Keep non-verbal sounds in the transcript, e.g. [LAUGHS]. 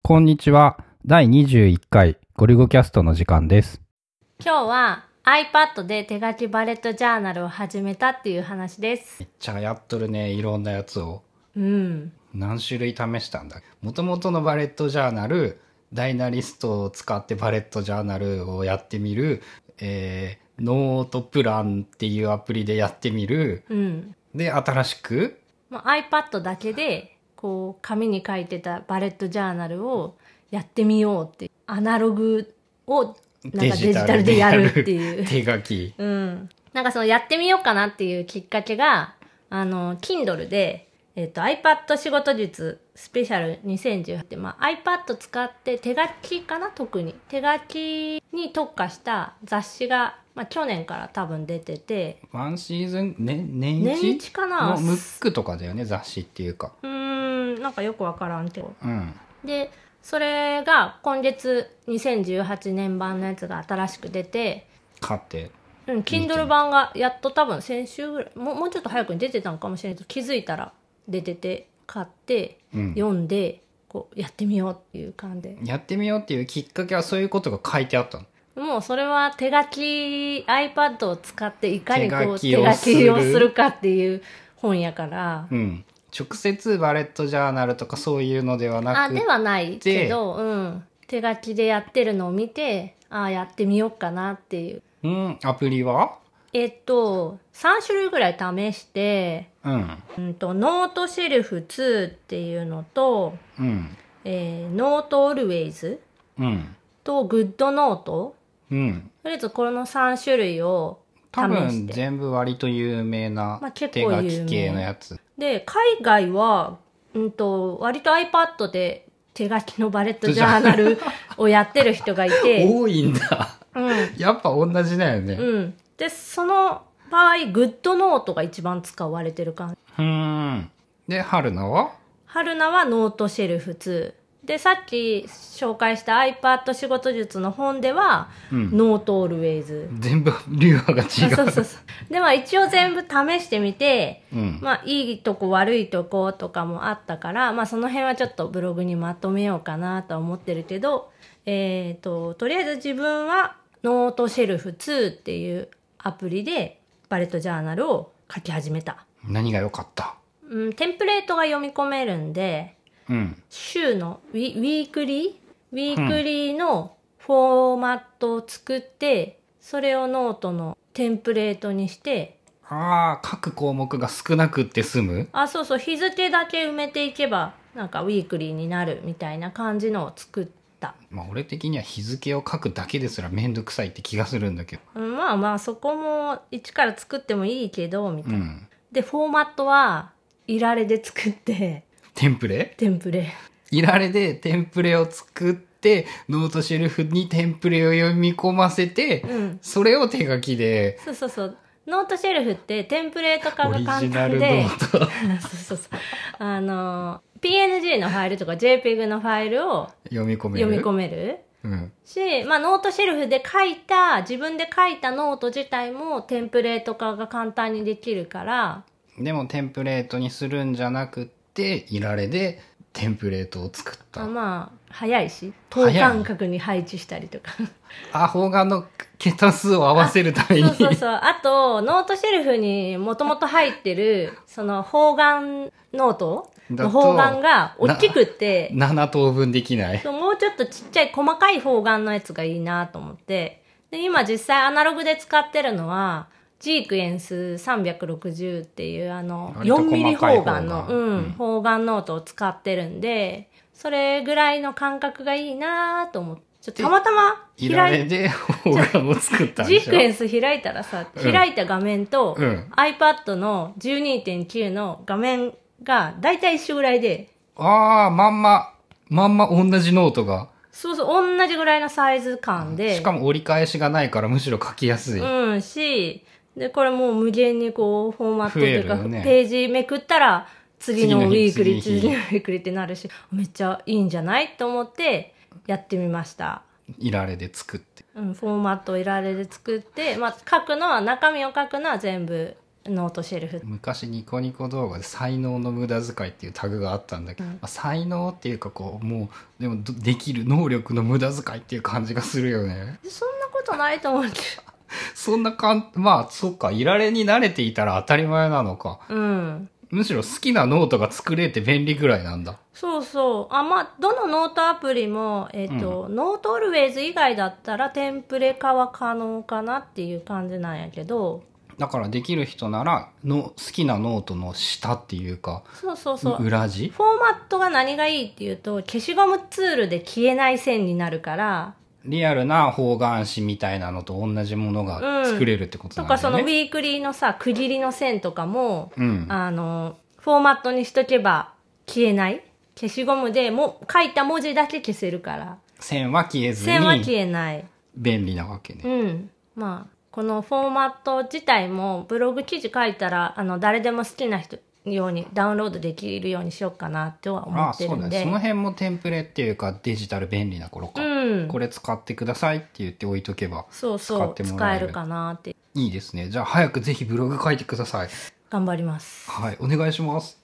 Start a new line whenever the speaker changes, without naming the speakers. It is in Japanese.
こんにちは。第21回ゴリゴキャストの時間です。
今日は iPad で手書きバレットジャーナルを始めたっていう話です。
めっちゃやっとるね、いろんなやつを。
うん。
何種類試したんだもともとのバレットジャーナルダイナリストを使ってバレットジャーナルをやってみる、えーノートプランっていうアプリでやってみる
うん。
で新しく
もう iPad だけで、こう、紙に書いてたバレットジャーナルをやってみようって。アナログをなんかデジタルでやるっていう。
手書き
うん。なんかそのやってみようかなっていうきっかけが、あの、Kindle で、えっ、と、iPad 仕事術スペシャル2018って、まあ、iPad 使って手書きかな特に。手書きに特化した雑誌が、まあ、去年から多分出てて、
ワンシーズン、ね、年一
年一かな
のムックとかだよね雑誌っていうか
うーん、なんかよくわからんけど。
うん
で、それが今月2018年版のやつが新しく出て、
買って
うん、Kindle 版がやっと多分先週ぐらいもうもうちょっと早くに出てたのかもしれないけど気づいたら出てて買って
うん
読んでこうやってみようっていう感じで
やってみようっていうきっかけはそういうことが書いてあったの
もうそれは手書き iPad を使っていかにこう
手
手
書きを
書
する
きをするかっていう本やから
うん直接バレットジャーナルとかそういうのではな
あ
く
ではないけど、うん、手書きでやってるのを見てああやってみようかなっていう
うんアプリは
えっと3種類ぐらい試して
うん
うんと、ノートシルフ2っていうのと、
うん
えー、ノートオルウェイズ
うん
とグッドノート。
うん
とりあえずこの3種類を試
多分
して。
全部割と有名な
まあ結
手
構
書
有名
き系のやつ
で、海外は、うんと、割と iPad で手書きのバレットジャーナルをやってる人がい
[LAUGHS]
て、
多いんだ
うん、
[LAUGHS] やっぱ同じだよね
うん。で、その場合、グッドノートが一番使われてる感じ。
うんんで春菜は
春菜はノートシェルフ2。で、さっき紹介した iPad 仕事術の本では、
うん
ノートオルウェイズ。
全部流派が違
あそううそうそう。で、まあ一応全部試してみて、
うん
まあいいとこ悪いとことかもあったから、まあその辺はちょっとブログにまとめようかなとは思ってるけど、えっ、と、とりあえず自分はノートシェルフ2っていうアプリでバレットジャーナルを書き始めた。
何が良かった
うん、テンプレートが読み込めるんで、
うん
週のウィウィークリーウィークリーのフォーマットを作って、それをノートのテンプレートにして
ああ各項目が少なくって済む
あそうそう日付だけ埋めていけばなんかウィークリーになるみたいな感じのを作った、
まあ俺的には日付を書くだけですらめんどくさいって気がするんだけど
うん、まあまあそこも一から作ってもいいけどみた
う
いな、
ん
でフォーマットはいられで作って [LAUGHS]
テンプレ
テンプレ
いられでテンプレを作ってノートシェルフにテンプレを読み込ませて、
うん
それを手書きで
そうそうそうノートシェルフってテンプレート化
オ
が
リジナ
簡
ルノ
単で
ート
[LAUGHS] そうそうそう。あの、PNG のファイルとか JPEG のファイルを
読み込める
読み込める
うん、
し、まあノートシェルフで書いた、自分で書いたノート自体もテンプレート化が簡単にできるから、
でもテンプレートにするんじゃなくっていられでテンプレートを作った、
まあ、早いし、
早
等
い
間隔に配置したりと
[LAUGHS]
か。
アホがの桁数を合わせるために
そうそうそう。あと、ノートシェルフにもともと入ってる、その方眼ノート
だと
の方眼が大きくって、
7等分できない
そうもうちょっとちっちゃい細かい方眼のやつがいいなと思って。で、今実際アナログで使ってるのは、ジークエンス360っていうあの、
割と
4ミリ
細かい
方
方眼
眼の、
う
うんん、方眼ノートを使ってるんで、それぐらいの感覚がいいなと思って。ちょっとたまたま
いられ
開い、
で方眼を作ったん
ジ
で
ー
し
クエ
ょ
ンス開いたらさ、
うん
開いた画面と、
うん
iPad の12.9の画面がだいたい一緒ぐらいで、
ああまんままんま同じノートが
そうそう、同じぐらいのサイズ感で。
しかも折り返しがないからむしろ書きやすい、
うん、し、で、これもう無限にこう、フォーマットというか、
増えるよね
ページめくったら、次のウィークリー、
次の日
次のウィークリーってなるし、めっちゃいいんじゃないと思って、やってみました。
いられで作って
うん、フォーマットをいられで作って、まあ、書くのは、中身を書くのは全部、ノートシェルフ。
昔ニコニコ動画で「才能の無駄遣い」っていうタグがあったんだけど、
うん
まあ才能っていうかこうもうでもどできる能力の無駄遣いっていう感じがするよね
そんなことないと思う
[LAUGHS]
け
そんなかんまあそっかいられに慣れていたら当たり前なのか
ど。うん。
むしろ好きなノートが作れて便利ぐらいなんだ
そうそう。あ、まあ、どのノートアプリも、えっ、と、ノートオルウェイズ以外だったらテンプレ化は可能かなっていう感じなんやけど、
だからできる人ならの好きなノートの下っていうか
そうそうそう。
裏地
フォーマットが何がいいっていうと、消しゴムツールで消えない線になるから、
リアルな方眼紙みたいなのと同じものが作れるってこと
と
なんだ
か
よね、
そのウィークリーのさ、区切りの線とかも、
うん
あの、フォーマットにしとけば消えない消しゴムでも書いた文字だけ消せるから。
線は消えず
線は消
に
えない。
便利なわけね
うん。まあ、このフォーマット自体もブログ記事書いたら、あの、誰でも好きな人ようにダウンロードできるようにしようかなとは思
ああ
って
そ
る
うだ
ん
ね
で。
その辺もテンプレっていうかデジタル便利な頃か、
うん。
これ使ってくださいって言って置いとけば
そう
使
そ
っ
う。
てもら
使
え
え
る
るかなって。
いいですねじゃあ早くぜひブログ書いてください
頑張ります。
はいお願いします